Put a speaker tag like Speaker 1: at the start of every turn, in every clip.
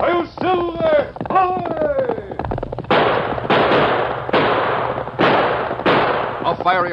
Speaker 1: Hail Silver! Hooray!
Speaker 2: A fiery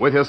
Speaker 2: With his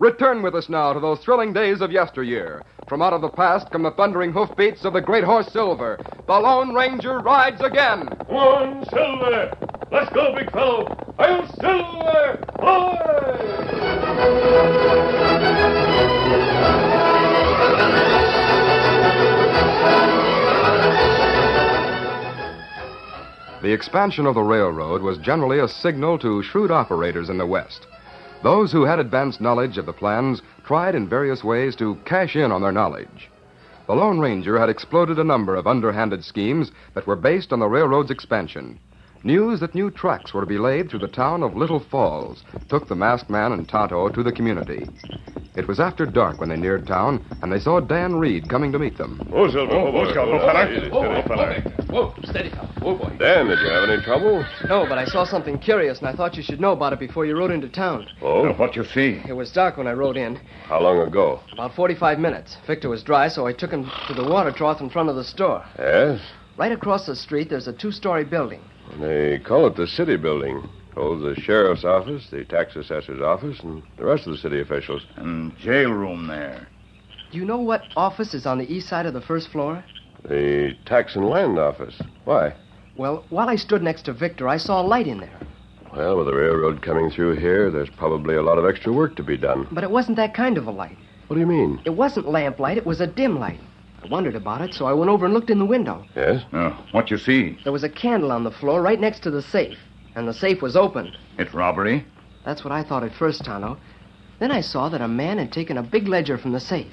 Speaker 2: Return with us now to those thrilling days of yesteryear. From out of the past come the thundering hoofbeats of the great horse Silver. The Lone Ranger rides again.
Speaker 1: Come on, Silver! Let's go, big fellow! Hail Silver! Hooray!
Speaker 2: The expansion of the railroad was generally a signal to shrewd operators in the West. Those who had advanced knowledge of the plans tried in various ways to cash in on their knowledge. The Lone Ranger had exploded a number of underhanded schemes that were based on the railroad's expansion. News that new tracks were to be laid through the town of Little Falls took the masked man and Tonto to the community. It was after dark when they neared town, and they saw Dan Reed coming to meet them.
Speaker 1: Oh, Silver! Oh, boy.
Speaker 3: Silver,
Speaker 1: Oh,
Speaker 3: fella.
Speaker 1: easy,
Speaker 3: Oh,
Speaker 1: steady,
Speaker 3: oh,
Speaker 1: fella.
Speaker 4: Whoa, steady, pal. Whoa, boy.
Speaker 1: Dan, did you have any trouble?
Speaker 4: No, but I saw something curious, and I thought you should know about it before you rode into town.
Speaker 1: Oh,
Speaker 3: What you see?
Speaker 4: It was dark when I rode in,
Speaker 1: how long ago?
Speaker 4: about 45 minutes. Victor was dry, so I took him to the water trough in front of the store.
Speaker 1: Yes?
Speaker 4: Right across the street, there's a two story building.
Speaker 1: They call it the city building. Holds the sheriff's office, the tax assessor's office, and the rest of the city officials.
Speaker 3: And jail room there.
Speaker 4: Do you know what office is on the east side of the first floor?
Speaker 1: The tax and land office. Why?
Speaker 4: Well, while I stood next to Victor, I saw a light in there.
Speaker 1: Well, with the railroad coming through here, there's probably a lot of extra work to be done.
Speaker 4: But it wasn't that kind of a light.
Speaker 1: What do you mean?
Speaker 4: It wasn't lamplight, it was a dim light. I wondered about it, so I went over and looked in the window.
Speaker 1: Yes?
Speaker 3: Uh, what you see?
Speaker 4: There was a candle on the floor right next to the safe, and the safe was open.
Speaker 3: It's robbery.
Speaker 4: That's what I thought at first, Tano. Then I saw that a man had taken a big ledger from the safe.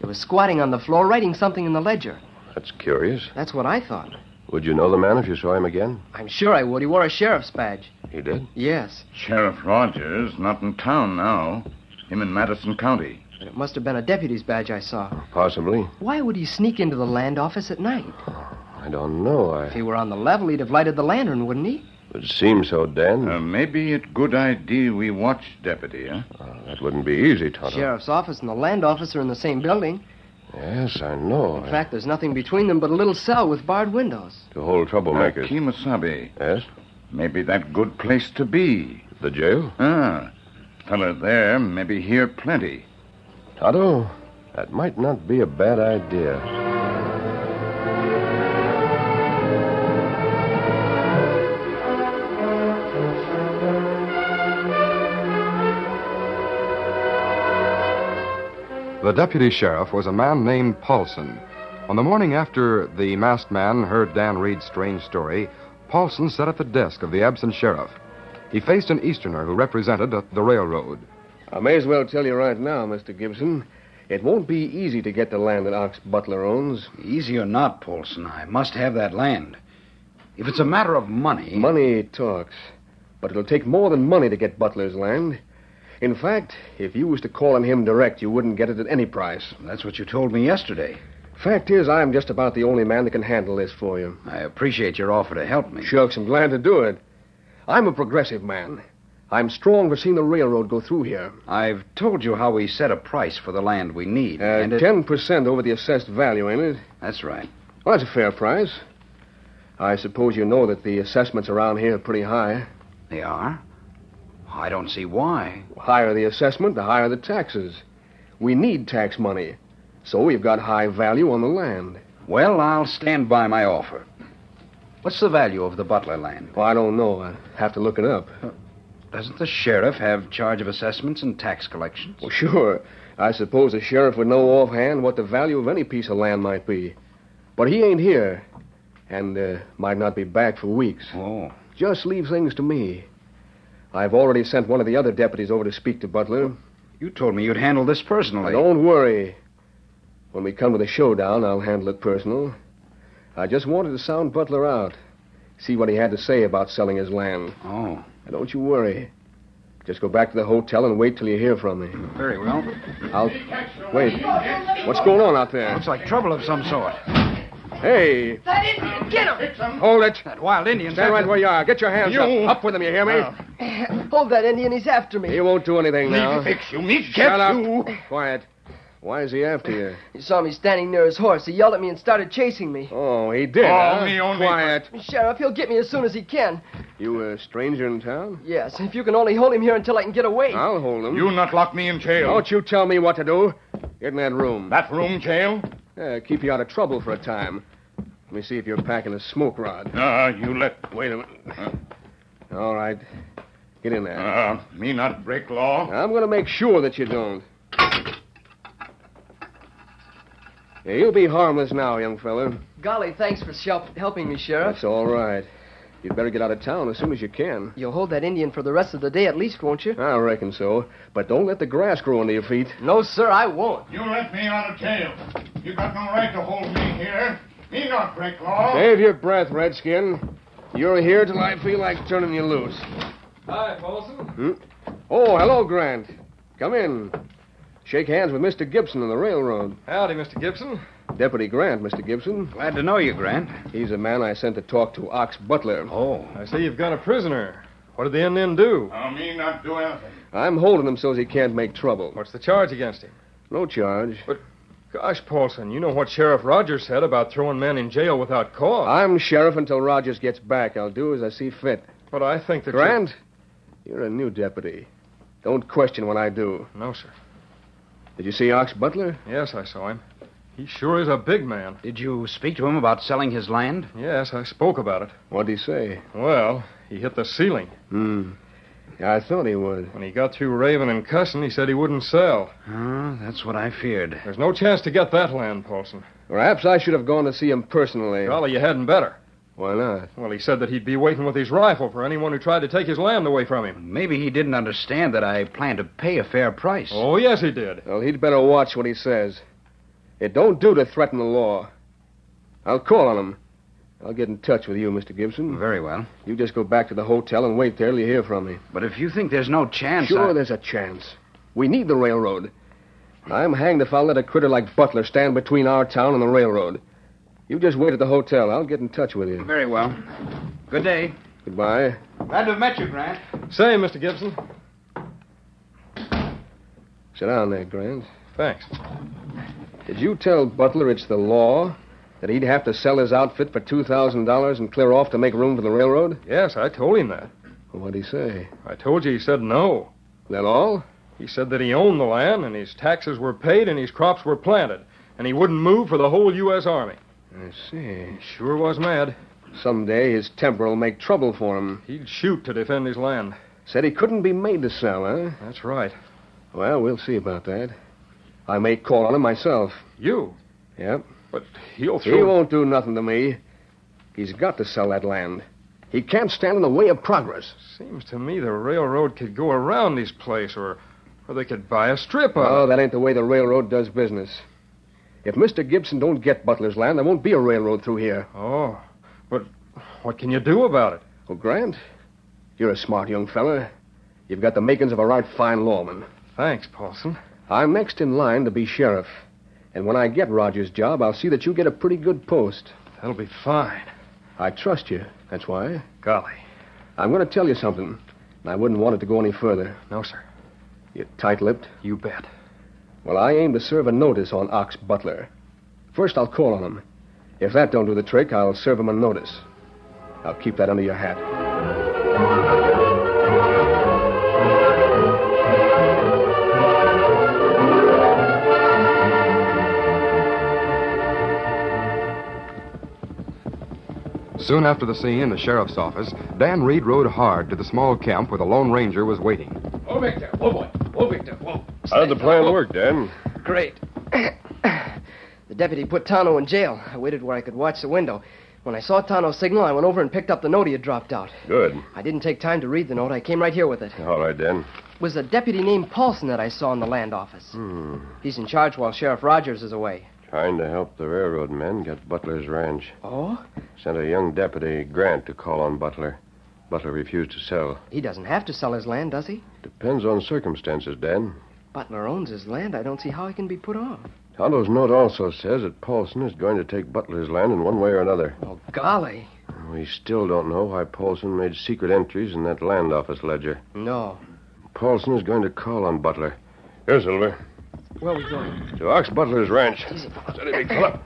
Speaker 4: He was squatting on the floor, writing something in the ledger.
Speaker 1: That's curious.
Speaker 4: That's what I thought.
Speaker 1: Would you know the man if you saw him again?
Speaker 4: I'm sure I would. He wore a sheriff's badge.
Speaker 1: He did.
Speaker 4: Yes,
Speaker 3: Sheriff Rogers not in town now. Him in Madison County.
Speaker 4: but it must have been a deputy's badge I saw.
Speaker 1: Possibly.
Speaker 4: Why would he sneak into the land office at night?
Speaker 1: I don't know.
Speaker 4: If
Speaker 1: I
Speaker 4: he were on the level, he'd have lighted the lantern, wouldn't he?
Speaker 1: it seems so,
Speaker 2: Hmm.
Speaker 1: Dan.
Speaker 3: Uh, maybe it good idea we watch deputy, huh?
Speaker 1: Uh, that wouldn't be easy, Tonto.
Speaker 4: Sheriff's office and the land office are in the same building.
Speaker 1: Yes, I know.
Speaker 4: In fact, there's nothing between them but a little cell with barred windows.
Speaker 1: to hold
Speaker 3: Uh,
Speaker 4: uh,
Speaker 1: troublemakers.
Speaker 3: Kimasabi.
Speaker 1: yes.
Speaker 3: Maybe that good place to be.
Speaker 1: The jail.
Speaker 3: Ah. feller there, maybe here plenty.
Speaker 5: Tonto, that might not be a bad idea.
Speaker 6: The deputy sheriff was a man named Paulson. On the morning after the masked man heard Dan Reed's strange story, Paulson sat at the desk of the absent sheriff. He faced an Easterner who represented uh, the railroad.
Speaker 2: I may as well tell you right now, Mr. Gibson, it won't be easy to get the land that Ox Butler owns.
Speaker 7: Easy or not, Paulson, I must have that land. If it's a matter of money.
Speaker 2: Money talks, but it'll take more than money to get Butler's land. In fact, if you was to call on him direct, you wouldn't get it at any price.
Speaker 7: That's what you told me yesterday.
Speaker 2: Fact is, I'm just about the only man that can handle this for you.
Speaker 7: I appreciate your offer to help me.
Speaker 2: Shucks, I'm glad to do it. I'm a progressive man. I'm strong for seeing the railroad go through here.
Speaker 7: I've told you how we set a price for the land we need.
Speaker 2: Uh,
Speaker 7: and it-
Speaker 2: 10% over the assessed value, ain't it?
Speaker 7: That's right.
Speaker 2: Well, that's a fair price. I suppose you know that the assessments around here are pretty high.
Speaker 7: They are? I don't see why.
Speaker 2: The higher the assessment, the higher the taxes. We need tax money, so we've got high value on the land.
Speaker 7: Well, I'll stand by my offer. What's the value of the Butler land?
Speaker 2: Well, I don't know. I have to look it up.
Speaker 7: Doesn't the sheriff have charge of assessments and tax collections?
Speaker 2: Well, sure. I suppose the sheriff would know offhand what the value of any piece of land might be. But he ain't here, and uh, might not be back for weeks.
Speaker 7: Oh,
Speaker 2: Just leave things to me. I've already sent one of the other deputies over to speak to Butler.
Speaker 7: you told me you'd handle this personally.
Speaker 2: Now, don't worry. When we come to the showdown, I'll handle it personal. I just wanted to sound Butler out, see what he had to say about selling his land.
Speaker 7: Oh,
Speaker 2: Now, don't you worry. Just go back to the hotel and wait till you hear from me.
Speaker 7: very well.
Speaker 2: I'll wait. What's going on out there?
Speaker 7: Looks like trouble of some sort.
Speaker 2: Hey,
Speaker 8: That Indian, get him!
Speaker 2: hold it!
Speaker 7: That wild Indian.
Speaker 2: Stand right where you are. Get your hands
Speaker 3: You- Uh.
Speaker 2: up. Up with them. You hear me?
Speaker 4: Hold that Indian, he's after me.
Speaker 2: He won't do anything now.
Speaker 3: you, me
Speaker 2: Shut up. Quiet. Why is he after you?
Speaker 4: He saw me standing near his horse. He yelled at me and started chasing me.
Speaker 2: Oh, he did.
Speaker 3: Oh,
Speaker 2: huh?
Speaker 3: me only-
Speaker 2: Quiet.
Speaker 4: Sheriff, he'll get me as soon as he can.
Speaker 2: You a stranger in town?
Speaker 4: Yes, if you can only hold him here until I can get away.
Speaker 2: I'll hold him.
Speaker 3: You not lock me in jail.
Speaker 2: Don't you tell me what to do. Get in that
Speaker 7: Oh,
Speaker 2: room.
Speaker 3: That room jail?
Speaker 2: Yeah, keep you out of trouble for a time. Let me see if you're packing a smoke rod.
Speaker 3: Ah, you let.
Speaker 2: Wait a minute. All right. Get in there.
Speaker 3: Ah, me not break law.
Speaker 2: I'm going to make sure that you don't. Yeah, you'll be harmless now, young fella.
Speaker 4: Golly, thanks for shel- helping me, Sheriff.
Speaker 2: That's all right. You'd better get out of town as soon as you can.
Speaker 4: You'll hold that Indian for the rest of the day at least, won't you?
Speaker 2: I reckon so. But don't let the grass grow under your feet.
Speaker 4: No, sir, I won't.
Speaker 3: You let me out of jail. You got no right to hold me here. Me not break law.
Speaker 2: Save your breath, Redskin. You're here till I feel like turning you loose.
Speaker 9: Hi, Paulson.
Speaker 2: Oh, hello, Grant. Come in. Shake hands with Mr. Gibson of the railroad.
Speaker 9: Howdy, Mr. Gibson.
Speaker 2: Deputy Grant, Mr. Gibson.
Speaker 7: Glad to know you, Grant.
Speaker 2: He's a man I sent to talk to Ox Butler.
Speaker 7: Oh,
Speaker 9: I see you've got a prisoner. What did the Indian do?
Speaker 3: Ah, me not do anything.
Speaker 2: I'm holding him so's he can't make trouble.
Speaker 9: What's the charge against him?
Speaker 2: No charge.
Speaker 9: Gosh, Paulson, you know what Sheriff Rogers said about throwing men in jail without cause.
Speaker 2: I'm sheriff until Rogers gets back. I'll do as I see fit.
Speaker 9: But I think that. you-
Speaker 2: Grant, you're a new deputy. Don't question what I do.
Speaker 9: No, sir.
Speaker 2: Did you see Ox Butler?
Speaker 9: Yes, I saw him. He sure is a big man.
Speaker 7: did you speak to him about selling his land?
Speaker 9: Yes, I spoke about it.
Speaker 2: What'd he say?
Speaker 9: Well, he hit the ceiling.
Speaker 2: Hmm. I thought he would.
Speaker 9: When he got through raving and cussing, he said he wouldn't sell.
Speaker 7: Ah, that's what I feared.
Speaker 9: There's no chance to get that land, Paulson.
Speaker 2: Perhaps I should have gone to see him personally.
Speaker 9: Golly, you hadn't better.
Speaker 2: Why not?
Speaker 9: Well, he said that he'd be waiting with his rifle for anyone who tried to take his land away from him.
Speaker 7: Maybe he didn't understand that I planned to pay a fair price.
Speaker 9: Oh, yes, he did.
Speaker 2: Well, he'd better watch what he says. It don't do to threaten the law. I'll call on him. I'll get in touch with you, Mr. Gibson.
Speaker 7: Very well.
Speaker 2: You just go back to the hotel and wait there till you hear from me.
Speaker 7: But if you think there's no chance.
Speaker 2: Sure,
Speaker 7: I-
Speaker 2: there's a chance. We need the railroad. I'm hanged if I'll let a critter like Butler stand between our town and the railroad. You just wait at the hotel. I'll get in touch with you.
Speaker 7: Very well. Good day.
Speaker 2: Goodbye.
Speaker 7: Glad to have met you, Grant.
Speaker 9: Say, Mr. Gibson.
Speaker 2: Sit down there, Grant.
Speaker 9: Thanks.
Speaker 2: Did you tell Butler it's the law that he'd have to sell his outfit for $2,000 and clear off to make room for the railroad?
Speaker 9: Yes, I told him that.
Speaker 2: What'd he say?
Speaker 9: I told you he said no.
Speaker 2: That all?
Speaker 9: He said that he owned the land, and his taxes were paid, and his crops were planted, and he wouldn't move for the whole U.S. Army.
Speaker 2: I see.
Speaker 9: He sure was mad.
Speaker 2: Someday his temper'll make trouble for him.
Speaker 9: He'd shoot to defend his land.
Speaker 2: Said he couldn't be made to sell, huh?
Speaker 9: That's right.
Speaker 2: Well, we'll see about that. I may call on him myself.
Speaker 9: You?
Speaker 2: Yep.
Speaker 9: But he'll
Speaker 2: He
Speaker 9: throw.
Speaker 2: won't do nothing to me. He's got to sell that land. He can't stand in the way of progress.
Speaker 9: Seems to me the railroad could go around his place, or, or they could buy a strip of
Speaker 2: Oh, that ain't the way the railroad does business. If Mr. Gibson don't get Butler's land, there won't be a railroad through here.
Speaker 9: it. Oh, but what can you do about it?
Speaker 2: Oh, Grant, you're a smart young fella. You've got the makings of a right fine lawman.
Speaker 9: Thanks, Paulson.
Speaker 2: I'm next in line to be sheriff. And when I get Roger's job, I'll see that you get a pretty good post.
Speaker 9: That'll be fine.
Speaker 2: I trust you. That's why.
Speaker 9: Golly.
Speaker 2: I'm going to tell you something, and I wouldn't want it to go any further.
Speaker 9: No, sir.
Speaker 2: You're tight lipped.
Speaker 9: You bet.
Speaker 2: Well, I aim to serve a notice on Ox Butler. First, I'll call on him. If that don't do the trick, I'll serve him a notice. I'll keep that under your hat.
Speaker 6: Soon after the scene in the sheriff's office, Dan Reed rode hard to the small camp where the Lone Ranger was waiting.
Speaker 7: Oh, Victor. Oh, boy. Oh, Victor. Whoa.
Speaker 5: How did the plan work, Dan?
Speaker 4: Great. the deputy put Tano in jail. I waited where I could watch the window. When I saw Tano's signal, I went over and picked up the note he had dropped out.
Speaker 5: Good.
Speaker 4: I didn't take time to read the note. I came right here with it.
Speaker 5: All right, Dan.
Speaker 4: It was a deputy named Paulson that I saw in the land office. He's in charge while Sheriff Rogers is away.
Speaker 5: Hmm. Trying to help the railroad men get Butler's ranch.
Speaker 4: Oh?
Speaker 5: Sent a young deputy, Grant, to call on Butler. Butler refused to sell.
Speaker 4: He doesn't have to sell his land, does he?
Speaker 5: Depends on circumstances, Dan.
Speaker 4: Butler owns his land. I don't see how he can be put off.
Speaker 5: Tonto's note also says that Paulson is going to take Butler's land in one way or another.
Speaker 4: Oh, golly.
Speaker 5: We still don't know why Paulson made secret entries in that land office ledger.
Speaker 4: No.
Speaker 5: Paulson is going to call on Butler. Here, Silver.
Speaker 4: Where are we going?
Speaker 5: To Ox Butler's ranch. Steady, big fella.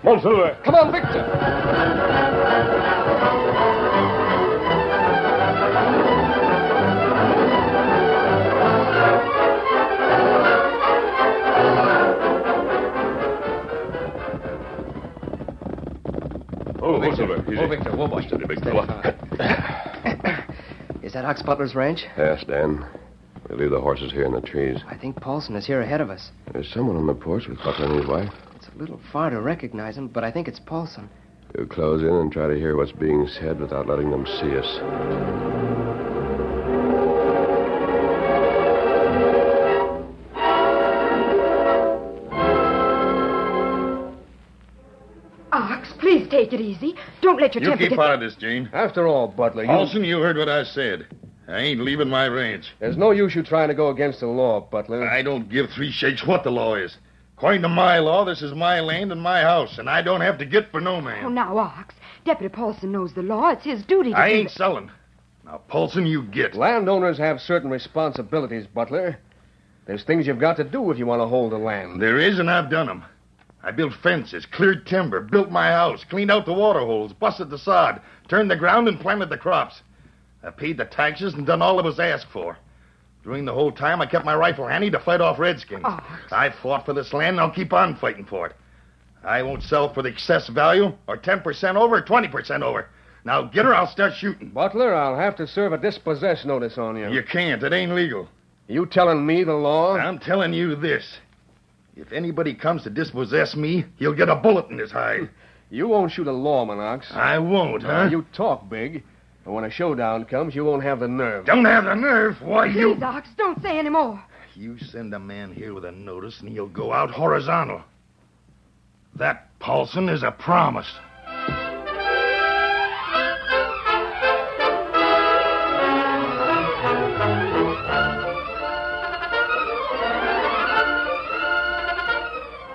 Speaker 5: Come on, Silver.
Speaker 4: Come on, Victor.
Speaker 5: Oh, oh Silver. Easy.
Speaker 7: Oh, Victor. Whoa, boy.
Speaker 5: Steady, big fella.
Speaker 4: Is that Ox Butler's ranch?
Speaker 5: Yes, Dan. We'll leave the horses here in the trees.
Speaker 4: I think Paulson is here ahead of us.
Speaker 5: There's someone on the porch with Butler and his wife.
Speaker 4: It's a little far to recognize him, but I think it's Paulson.
Speaker 5: We'll close in and try to hear what's being said without letting them see us.
Speaker 8: Ox, please take it easy. Don't let your
Speaker 3: You
Speaker 8: temper
Speaker 3: keep
Speaker 8: get...
Speaker 3: out of this, Gene.
Speaker 2: After all, Butler, you...
Speaker 3: Olson, you heard what I said. I ain't leaving my ranch.
Speaker 2: there's no use you trying to go against the law, Butler.
Speaker 3: I don't give three shakes what the law is. According to my law, this is my land and my house, and I don't have to get for no
Speaker 8: Oh,
Speaker 3: man.
Speaker 8: now, Ox. Deputy Paulson knows the law. It's his duty to...
Speaker 3: I
Speaker 8: do
Speaker 3: ain't
Speaker 8: that.
Speaker 3: selling. Now, Paulson, you get.
Speaker 2: Landowners have certain responsibilities, Butler. There's things you've got to do if you want to hold the land.
Speaker 3: There is, and I've done 'em. I built fences, cleared timber, built my house, cleaned out the water holes, busted the sod, turned the ground, and planted the crops. I paid the taxes and done all that was asked for. During the whole time, I kept my rifle handy to fight off redskins.
Speaker 8: Oh.
Speaker 3: I fought for this land, and I'll keep on fighting for it. I won't sell for the excess value, or 10% over, or 20% over. Now get her, I'll start shooting.
Speaker 2: Butler, I'll have to serve a dispossess notice on you.
Speaker 3: You can't. It ain't legal.
Speaker 2: You telling me the law?
Speaker 3: I'm telling you this. If anybody comes to dispossess me, he'll get a bullet in his hide.
Speaker 2: You won't shoot a lawman, Ox.
Speaker 3: I won't, huh?
Speaker 2: You talk big, but when a showdown comes, you won't have the nerve.
Speaker 3: Don't have the nerve. Why, you.
Speaker 8: Please, Ox, don't say any more.
Speaker 3: You send a man here with a notice, and he'll go out horizontal. That, Paulson, is a promise.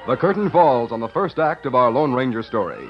Speaker 6: The curtain falls on the first act of our Lone Ranger story.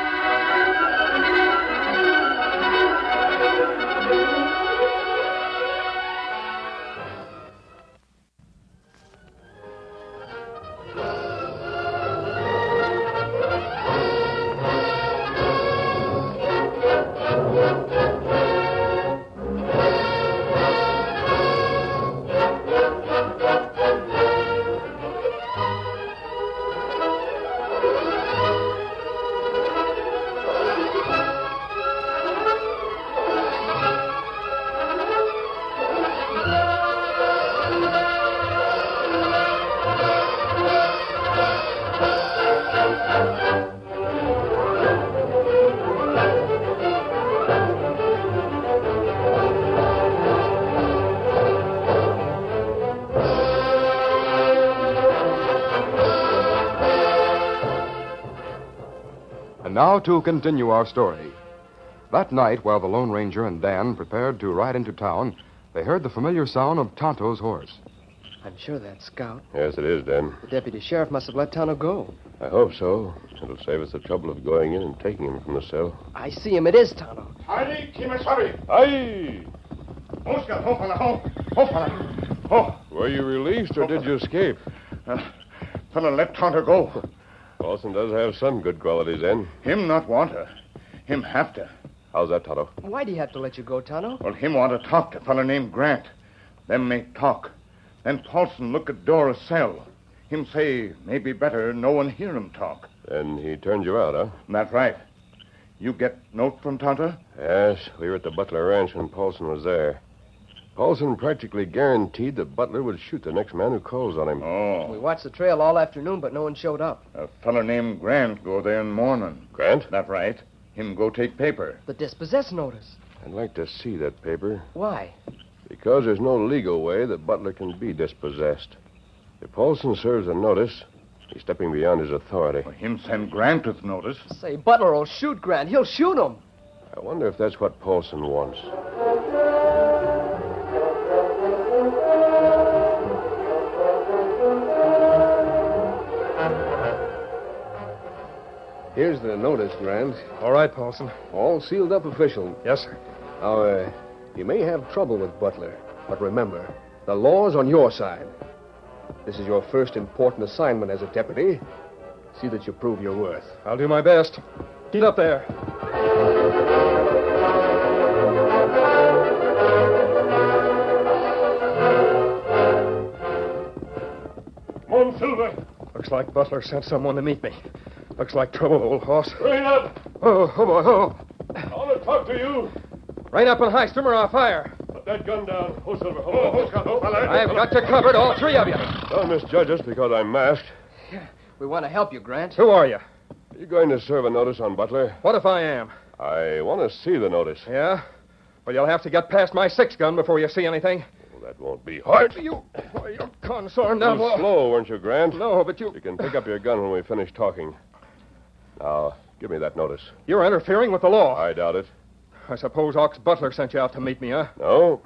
Speaker 6: Now to continue our story. That night, while the Lone Ranger and Dan prepared to ride into town, they heard the familiar sound of Tonto's horse.
Speaker 4: I'm sure that's Scout.
Speaker 5: Yes, it is, Dan.
Speaker 4: The deputy sheriff must have let Tonto go.
Speaker 5: I hope so. It'll save us the trouble of going in and taking him from the cell.
Speaker 4: I see him. It is Tonto.
Speaker 3: Heidi, Kimasabi.
Speaker 5: Aye!
Speaker 3: Oscar, hopana, home. Hopana. Oh,
Speaker 5: Were you released or did you escape?
Speaker 3: fella let Tonto go.
Speaker 5: Paulson does have some good qualities, then.
Speaker 3: Him not want her. Him have to.
Speaker 5: How's that, Tonto?
Speaker 4: Why'd he have to let you go, Tonto?
Speaker 3: Well, him want to talk to fella named Grant. Them make talk. Then Paulson look at door of cell. Him say maybe better no one hear him talk.
Speaker 5: And he turned you out, huh?
Speaker 3: That right. You get note from Tonto?
Speaker 5: Yes, we were at the Butler Ranch and Paulson was there. Paulson practically guaranteed that Butler would shoot the next man who calls on him.
Speaker 3: Oh.
Speaker 4: We watched the trail all afternoon, but no one showed up.
Speaker 3: A fella named Grant go there in morning.
Speaker 5: Grant?
Speaker 3: That right. Him go take paper.
Speaker 4: The dispossess notice.
Speaker 5: I'd like to see that paper
Speaker 4: Why?
Speaker 5: because there's no legal way that Butler can be dispossessed. If Paulson serves a notice, he's stepping beyond his authority.
Speaker 3: Him send Grant with notice.
Speaker 4: Say, Butler will shoot Grant. He'll shoot him.
Speaker 5: I wonder if that's what Paulson wants.
Speaker 2: Here's the notice, Grant.
Speaker 9: All right, Paulson.
Speaker 2: All sealed up official.
Speaker 9: Yes, sir.
Speaker 2: Now, uh, you may have trouble with Butler, but remember, the law's on your side. This is your first important assignment as a deputy. See that you prove your worth.
Speaker 9: I'll do my best. Get up there.
Speaker 3: Mom Silver,
Speaker 9: Looks like Butler sent someone to meet me. Looks like trouble, old horse.
Speaker 3: bring up.
Speaker 9: Oh, oh boy, oh.
Speaker 3: I want to talk to you.
Speaker 9: Right up and high, stimmer off fire.
Speaker 5: Put that gun down. Oh, Silver, hold
Speaker 3: Oh, Oscar, oh, fella.
Speaker 9: I've got you covered, all three of you.
Speaker 5: Don't misjudge us Oh, because I'm masked.
Speaker 4: We want to help you, Grant.
Speaker 9: Who are you?
Speaker 5: Are you going to serve a notice on Butler?
Speaker 9: What if I am?
Speaker 5: I want to see the notice.
Speaker 9: Yeah? Well, you'll have to get past my six gun before you see anything.
Speaker 5: Well, that won't be hard.
Speaker 9: You, why, you consort
Speaker 5: You
Speaker 9: devil.
Speaker 5: were slow, weren't you, Grant?
Speaker 9: No, but you,
Speaker 5: You can pick up your gun when we finish talking. Now, give me that notice.
Speaker 9: you're interfering with the law.
Speaker 5: I doubt it.
Speaker 9: I suppose Ox Butler sent you out to meet me, huh?
Speaker 5: No.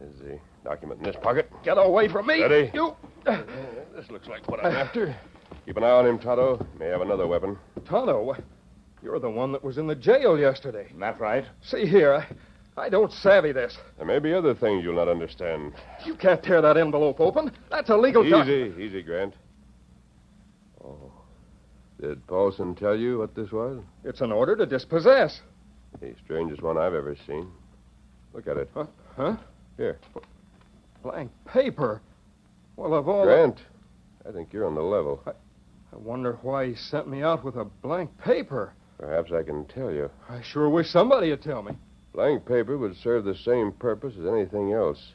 Speaker 5: Is the document in this pocket?
Speaker 9: Get away from me.
Speaker 5: Steady.
Speaker 9: You,
Speaker 5: This looks like what I'm after. Keep an eye on him, Tonto. He may have another weapon.
Speaker 9: Tonto, you're the one that was in the jail yesterday.
Speaker 3: That right.
Speaker 9: See here, I, I don't savvy this.
Speaker 5: There may be other things you'll not understand.
Speaker 9: You can't tear that envelope open. That's illegal. doc-
Speaker 5: Easy, easy, Grant. Oh. Did Paulson tell you what this was?
Speaker 9: It's an order to dispossess.
Speaker 5: The strangest one I've ever seen. Look at it.
Speaker 9: Huh?
Speaker 5: Here.
Speaker 9: Blank paper. Well, of all,
Speaker 5: Grant, I think you're on the level.
Speaker 9: I wonder why he sent me out with a blank paper.
Speaker 5: Perhaps I can tell you.
Speaker 9: I sure wish somebody would tell me.
Speaker 5: Blank paper would serve the same purpose as anything else.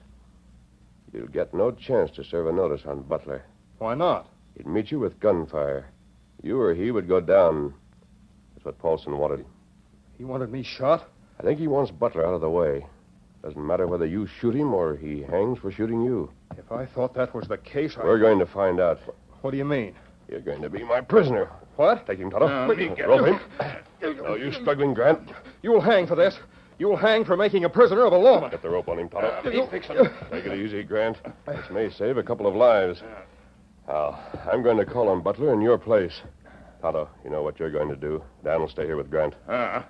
Speaker 5: You'll get no chance to serve a notice on Butler.
Speaker 9: Why not?
Speaker 5: He'd meet you with gunfire. You or he would go down. That's what Paulson wanted.
Speaker 9: He wanted me shot.
Speaker 5: I think he wants Butler out of the way. Doesn't matter whether you shoot him or he hangs for shooting you.
Speaker 9: If I thought that was the case, I.
Speaker 5: We're going to find out.
Speaker 9: What do you mean?
Speaker 5: You're going to be my prisoner.
Speaker 9: What?
Speaker 5: Take him, Toto.
Speaker 3: Now, let me get
Speaker 5: Rope him. No, you struggling, Grant.
Speaker 9: You'll hang for this. You'll hang for making a prisoner of a lawman.
Speaker 5: Get the rope on him, Toto.
Speaker 3: Um,
Speaker 5: Take it easy, Grant. This may save a couple of lives. Now, I'm going to call on Butler in your place. Tonto, you know what you're going to do. Dan will stay here with Grant.
Speaker 3: Uh,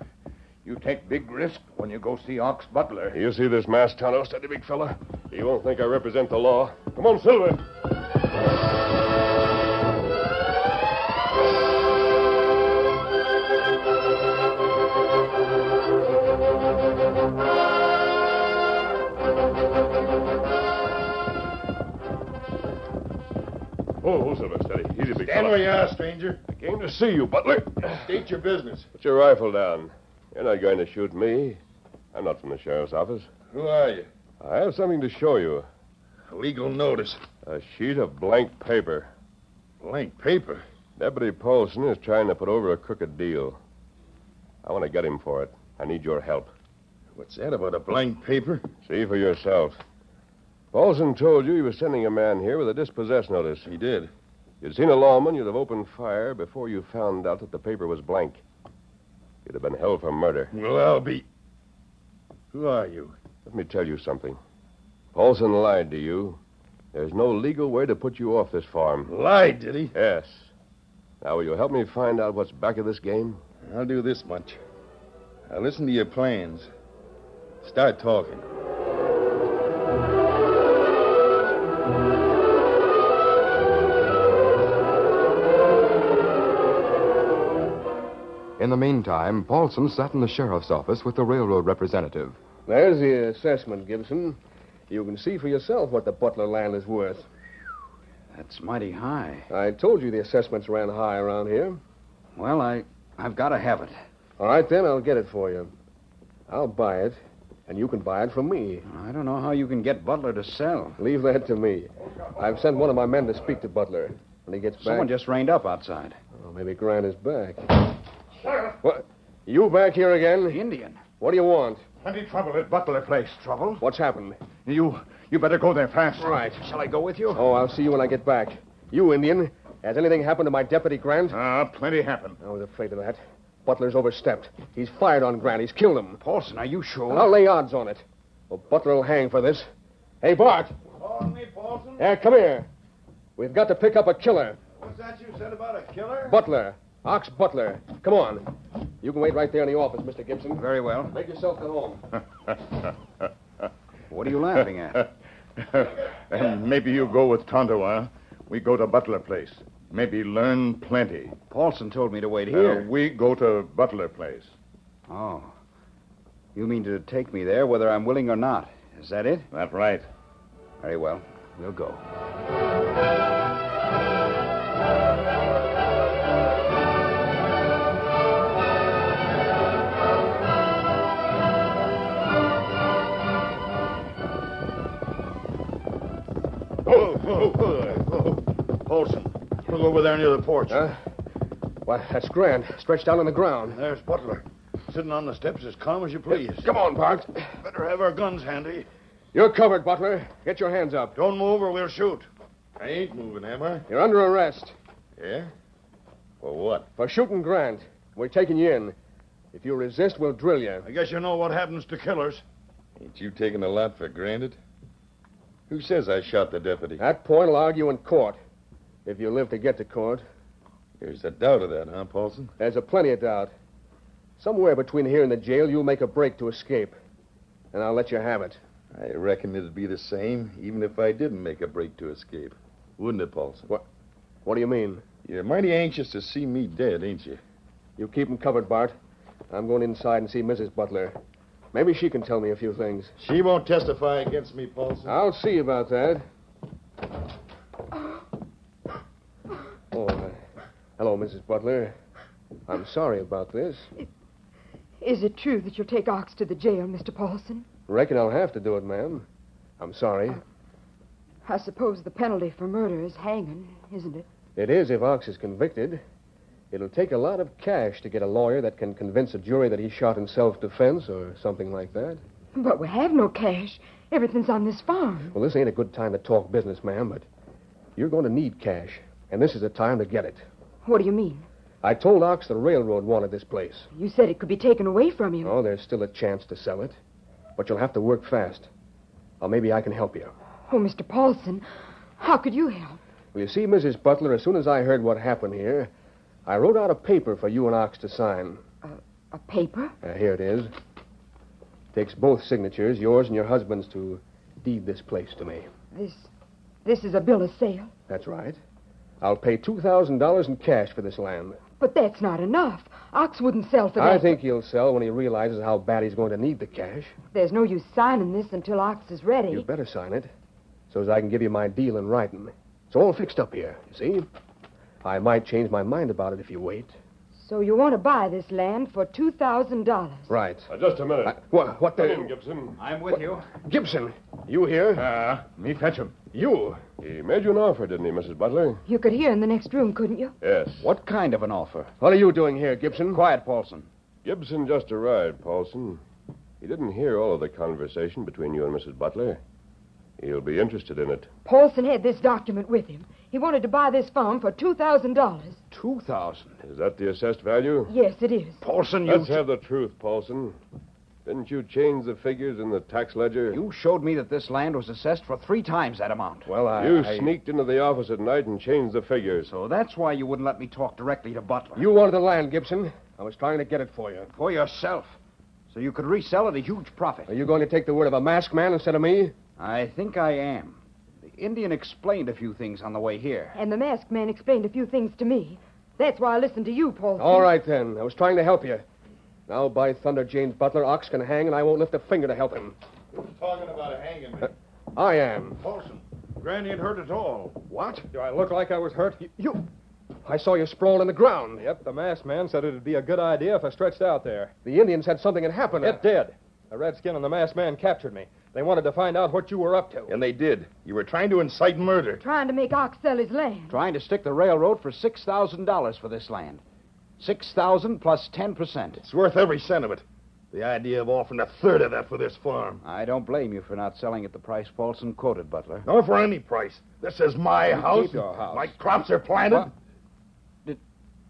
Speaker 3: you take big risk when you go see Ox Butler.
Speaker 5: You see this mask, Tonto? Steady, big fella. He won't think I represent the law. Come on, Silver. Oh, oh, Silver, steady. Easy, big
Speaker 3: Stand where
Speaker 5: fella.
Speaker 3: you are, stranger.
Speaker 5: I came to see you, Butler.
Speaker 3: State your business.
Speaker 5: Put your rifle down. You're not going to shoot me. I'm not from the sheriff's office.
Speaker 3: Who are you?
Speaker 5: I have something to show you.
Speaker 3: Legal notice.
Speaker 5: A sheet of blank paper.
Speaker 3: Blank paper.
Speaker 5: Deputy Paulson is trying to put over a crooked deal. I want to get him for it. I need your help.
Speaker 3: What's that about a blank paper?
Speaker 5: See for yourself. Paulson told you he was sending a man here with a dispossess notice.
Speaker 3: He did.
Speaker 5: You'd seen a lawman, you'd have opened fire before you found out that the paper was blank. You'd have been held for murder.
Speaker 3: Well, I'll be. Who are you?
Speaker 5: Let me tell you something. Paulson lied to you. There's no legal way to put you off this farm.
Speaker 3: Lied, did he?
Speaker 5: Yes. Now, will you help me find out what's back of this game?
Speaker 3: I'll do this much. Now listen to your plans. Start talking.
Speaker 6: In the meantime, Paulson sat in the sheriff's office with the railroad representative.
Speaker 2: There's the assessment, Gibson. You can see for yourself what the Butler land is worth.
Speaker 7: That's mighty high.
Speaker 2: I told you the assessments ran high around here.
Speaker 7: Well, I, I've got to have it.
Speaker 2: All right, then, I'll get it for you. I'll buy it, and you can buy it from me.
Speaker 7: I don't know how you can get Butler to sell.
Speaker 2: Leave that to me. I've sent one of my men to speak to Butler. When he gets back.
Speaker 7: Someone just reined up outside.
Speaker 2: Oh, maybe Grant is back. What? You back here again?
Speaker 7: Indian.
Speaker 2: What do you want?
Speaker 10: Plenty trouble at Butler Place. Trouble?
Speaker 2: What's happened?
Speaker 10: You you better go there fast.
Speaker 2: Right.
Speaker 10: Shall I go with you?
Speaker 2: Oh, I'll see you when I get back. You, Indian, has anything happened to my deputy, Grant?
Speaker 10: Ah, plenty happened.
Speaker 2: I was afraid of that. Butler's overstepped. He's fired on Grant. He's killed him.
Speaker 7: Paulson, are you sure?
Speaker 2: I'll lay odds on it. Well, Butler will hang for this. Hey, Bart.
Speaker 10: Call me, Paulson.
Speaker 2: Yeah, come here. We've got to pick up a killer.
Speaker 10: What's that you said about a killer?
Speaker 2: Butler. Ox Butler. Come on. You can wait right there in the office, Mr. Gibson.
Speaker 7: Very well.
Speaker 2: Make yourself at home.
Speaker 7: What are you laughing at?
Speaker 10: and maybe you go with Tonto, huh? We go to Butler Place. Maybe learn plenty.
Speaker 7: Paulson told me to wait here.
Speaker 10: Uh, we go to Butler Place.
Speaker 7: Oh. You mean to take me there whether I'm willing or not? Is that it?
Speaker 10: That's right.
Speaker 7: Very well. We'll go.
Speaker 3: Oh, oh,
Speaker 10: Paulson,
Speaker 3: Look over there near the porch.
Speaker 2: Huh? Why, that's Grant, stretched out on the ground.
Speaker 3: There's Butler. Sitting on the steps as calm as you please.
Speaker 2: Come on, Bart.
Speaker 3: Better have our guns handy.
Speaker 2: You're covered, Butler. Get your hands up.
Speaker 3: Don't move or we'll shoot. I ain't moving, am I?
Speaker 2: You're under arrest
Speaker 3: Yeah? For what?
Speaker 2: for shooting Grant. We're taking you in. If you resist, we'll drill you.
Speaker 3: I guess you know what happens to killers.
Speaker 5: Ain't you taking a lot for granted? Who says I shot the deputy?
Speaker 2: That point will argue in court. If you live to get to court,
Speaker 5: There's a doubt of that, huh, Paulson?
Speaker 2: there's a plenty of doubt. Somewhere between here and the jail, you'll make a break to escape. And I'll let you have it.
Speaker 5: I reckon it'd be the same, even if I didn't make a break to escape. Wouldn't it, Paulson? What?
Speaker 2: What do you mean?
Speaker 5: You're mighty anxious to see me dead, ain't you?
Speaker 2: You keep 'em covered, Bart. I'm going inside and see Mrs. Butler. Maybe she can tell me a few things.
Speaker 3: She won't testify against me, Paulson.
Speaker 2: I'll see about that. Oh, uh, hello, Mrs. Butler. I'm sorry about this.
Speaker 8: Is it true that you'll take Ox to the jail, Mr. Paulson?
Speaker 2: Reckon I'll have to do it, ma'am. I'm sorry.
Speaker 8: I suppose the penalty for murder is hanging, isn't it?
Speaker 2: It is if Ox is convicted. It'll take a lot of cash to get a lawyer that can convince a jury that he shot in self defense or something like that.
Speaker 8: But we have no cash. Everything's on this farm.
Speaker 2: Well, this ain't a good time to talk business, ma'am, but you're going to need cash, and this is the time to get it.
Speaker 8: What do you mean?
Speaker 2: I told Ox the railroad wanted this place.
Speaker 8: You said it could be taken away from you.
Speaker 2: Oh, there's still a chance to sell it. But you'll have to work fast. Or maybe I can help you.
Speaker 8: Oh, Mr. Paulson, how could you help?
Speaker 2: Well, you see, Mrs. Butler, as soon as I heard what happened here, I wrote out a paper for you and Ox to sign.
Speaker 8: A paper?
Speaker 2: Uh, here it is. Takes both signatures, yours and your husband's, to deed this place to me.
Speaker 8: This, this is a bill of sale.
Speaker 2: That's right. I'll pay $2,000 in cash for this land.
Speaker 8: But that's not enough. Ox wouldn't sell for that.
Speaker 2: I think he'll sell when he realizes how bad he's going to need the cash.
Speaker 8: There's no use signing this until Ox is ready.
Speaker 2: You'd better sign it, so as I can give you my deal in writing. It's all fixed up here, you see? I might change my mind about it if you wait.
Speaker 8: So you want to buy this land for two thousand dollars?
Speaker 2: Right.
Speaker 5: just a minute.
Speaker 2: What, what
Speaker 5: Come in,
Speaker 2: the...
Speaker 5: Gibson.
Speaker 7: I'm with you.
Speaker 2: Gibson, you here?
Speaker 10: Ah, me fetch him.
Speaker 2: You?
Speaker 5: He made you an offer, didn't he, Mrs. Butler?
Speaker 8: You could hear in the next room, couldn't you?
Speaker 5: Yes.
Speaker 7: What kind of an offer?
Speaker 2: What are you doing here, Gibson?
Speaker 7: Quiet, Paulson.
Speaker 5: Gibson just arrived, Paulson. He didn't hear all of the conversation between you and Mrs. Butler. He'll be interested in it.
Speaker 8: Paulson had this document with him. He wanted to buy this farm for $2,000.
Speaker 5: Two thousand. Is that the assessed value?
Speaker 8: Yes, it is.
Speaker 2: Paulson,
Speaker 5: Let's have the truth, Paulson. Didn't you change the figures in the tax ledger?
Speaker 2: You showed me that this land was assessed for three times that amount.
Speaker 4: Well, I.
Speaker 5: You sneaked into the office at night and changed the figures.
Speaker 2: So that's why you wouldn't let me talk directly to Butler.
Speaker 4: You wanted the land, Gibson. I was trying to get it for you.
Speaker 2: For yourself. So you could resell at a huge profit.
Speaker 4: Are you going to take the word of a masked man instead of me?
Speaker 2: I think I am. The Indian explained a few things on the way here.
Speaker 8: And the masked man explained a few things to me. That's why I listened to you, Paulson.
Speaker 4: All right, then. I was trying to help you. Now, by thunder, James Butler, Ox can hang, and I won't lift a finger to help him.
Speaker 3: Who's talking about hanging me?
Speaker 4: I am.
Speaker 3: Paulson. Granny ain't hurt at all.
Speaker 4: What?
Speaker 9: Do I look like I was hurt? Y-
Speaker 4: You. I saw you sprawled on the ground.
Speaker 9: Yep, the masked man said it'd be a good idea if I stretched out there.
Speaker 4: The Indians had something had happened.
Speaker 9: It did. The redskin and the masked man captured me. They wanted to find out what you were up to.
Speaker 3: And they did. You were trying to incite murder.
Speaker 8: Trying to make Ox sell his land.
Speaker 2: Trying to stick the railroad for $6,000 for this land. 6000 plus 10%.
Speaker 3: It's worth every cent of it. The idea of offering a third of that for this farm.
Speaker 2: I don't blame you for not selling at the price Paulson quoted, Butler.
Speaker 3: Nor for any price. This is my house.
Speaker 2: keep your house.
Speaker 3: My crops are planted.
Speaker 2: What?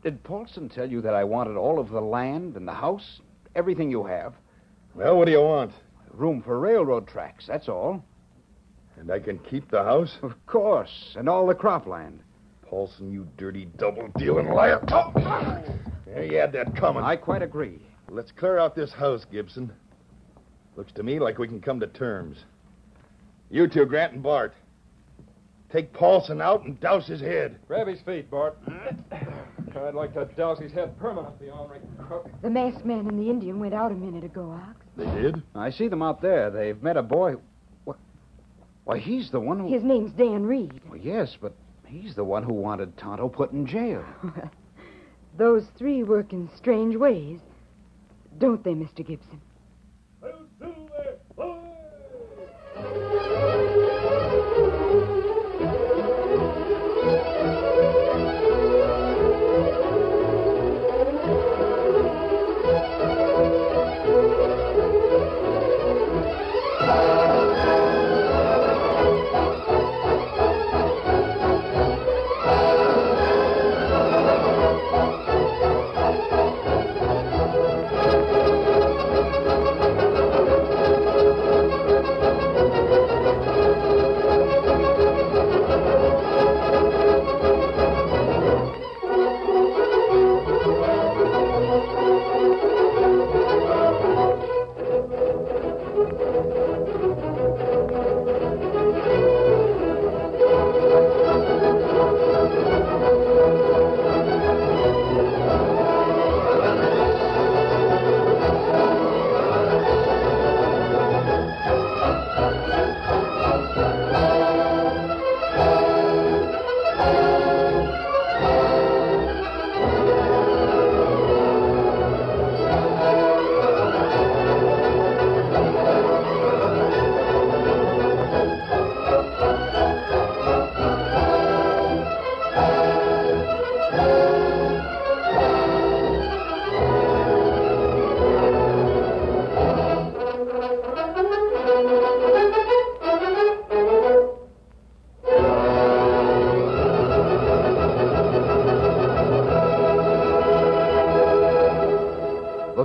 Speaker 2: Did Paulson tell you that I wanted all of the land and the house? Everything you have?
Speaker 3: Well, what do you want?
Speaker 2: Room for railroad tracks, that's all.
Speaker 3: And I can keep the house?
Speaker 2: Of course, and all the cropland.
Speaker 3: Paulson, you dirty double dealing liar. Oh! Yeah, you had that coming.
Speaker 2: I quite agree.
Speaker 3: Let's clear out this house, Gibson. Looks to me like we can come to terms. You two, Grant and Bart. Take Paulson out and douse his head.
Speaker 9: Grab his feet, Bart. I'd like to douse his head permanently, Henri. Crook.
Speaker 8: The masked man and the Indian went out a minute ago, Ox.
Speaker 3: They did?
Speaker 2: I see them out there. They've met a boy. What? Why, he's the one who.
Speaker 8: His name's Dan Reed.
Speaker 2: Well, yes, but he's the one who wanted Tonto put in jail.
Speaker 8: Those three work in strange ways, don't they, Mr. Gibson?
Speaker 11: The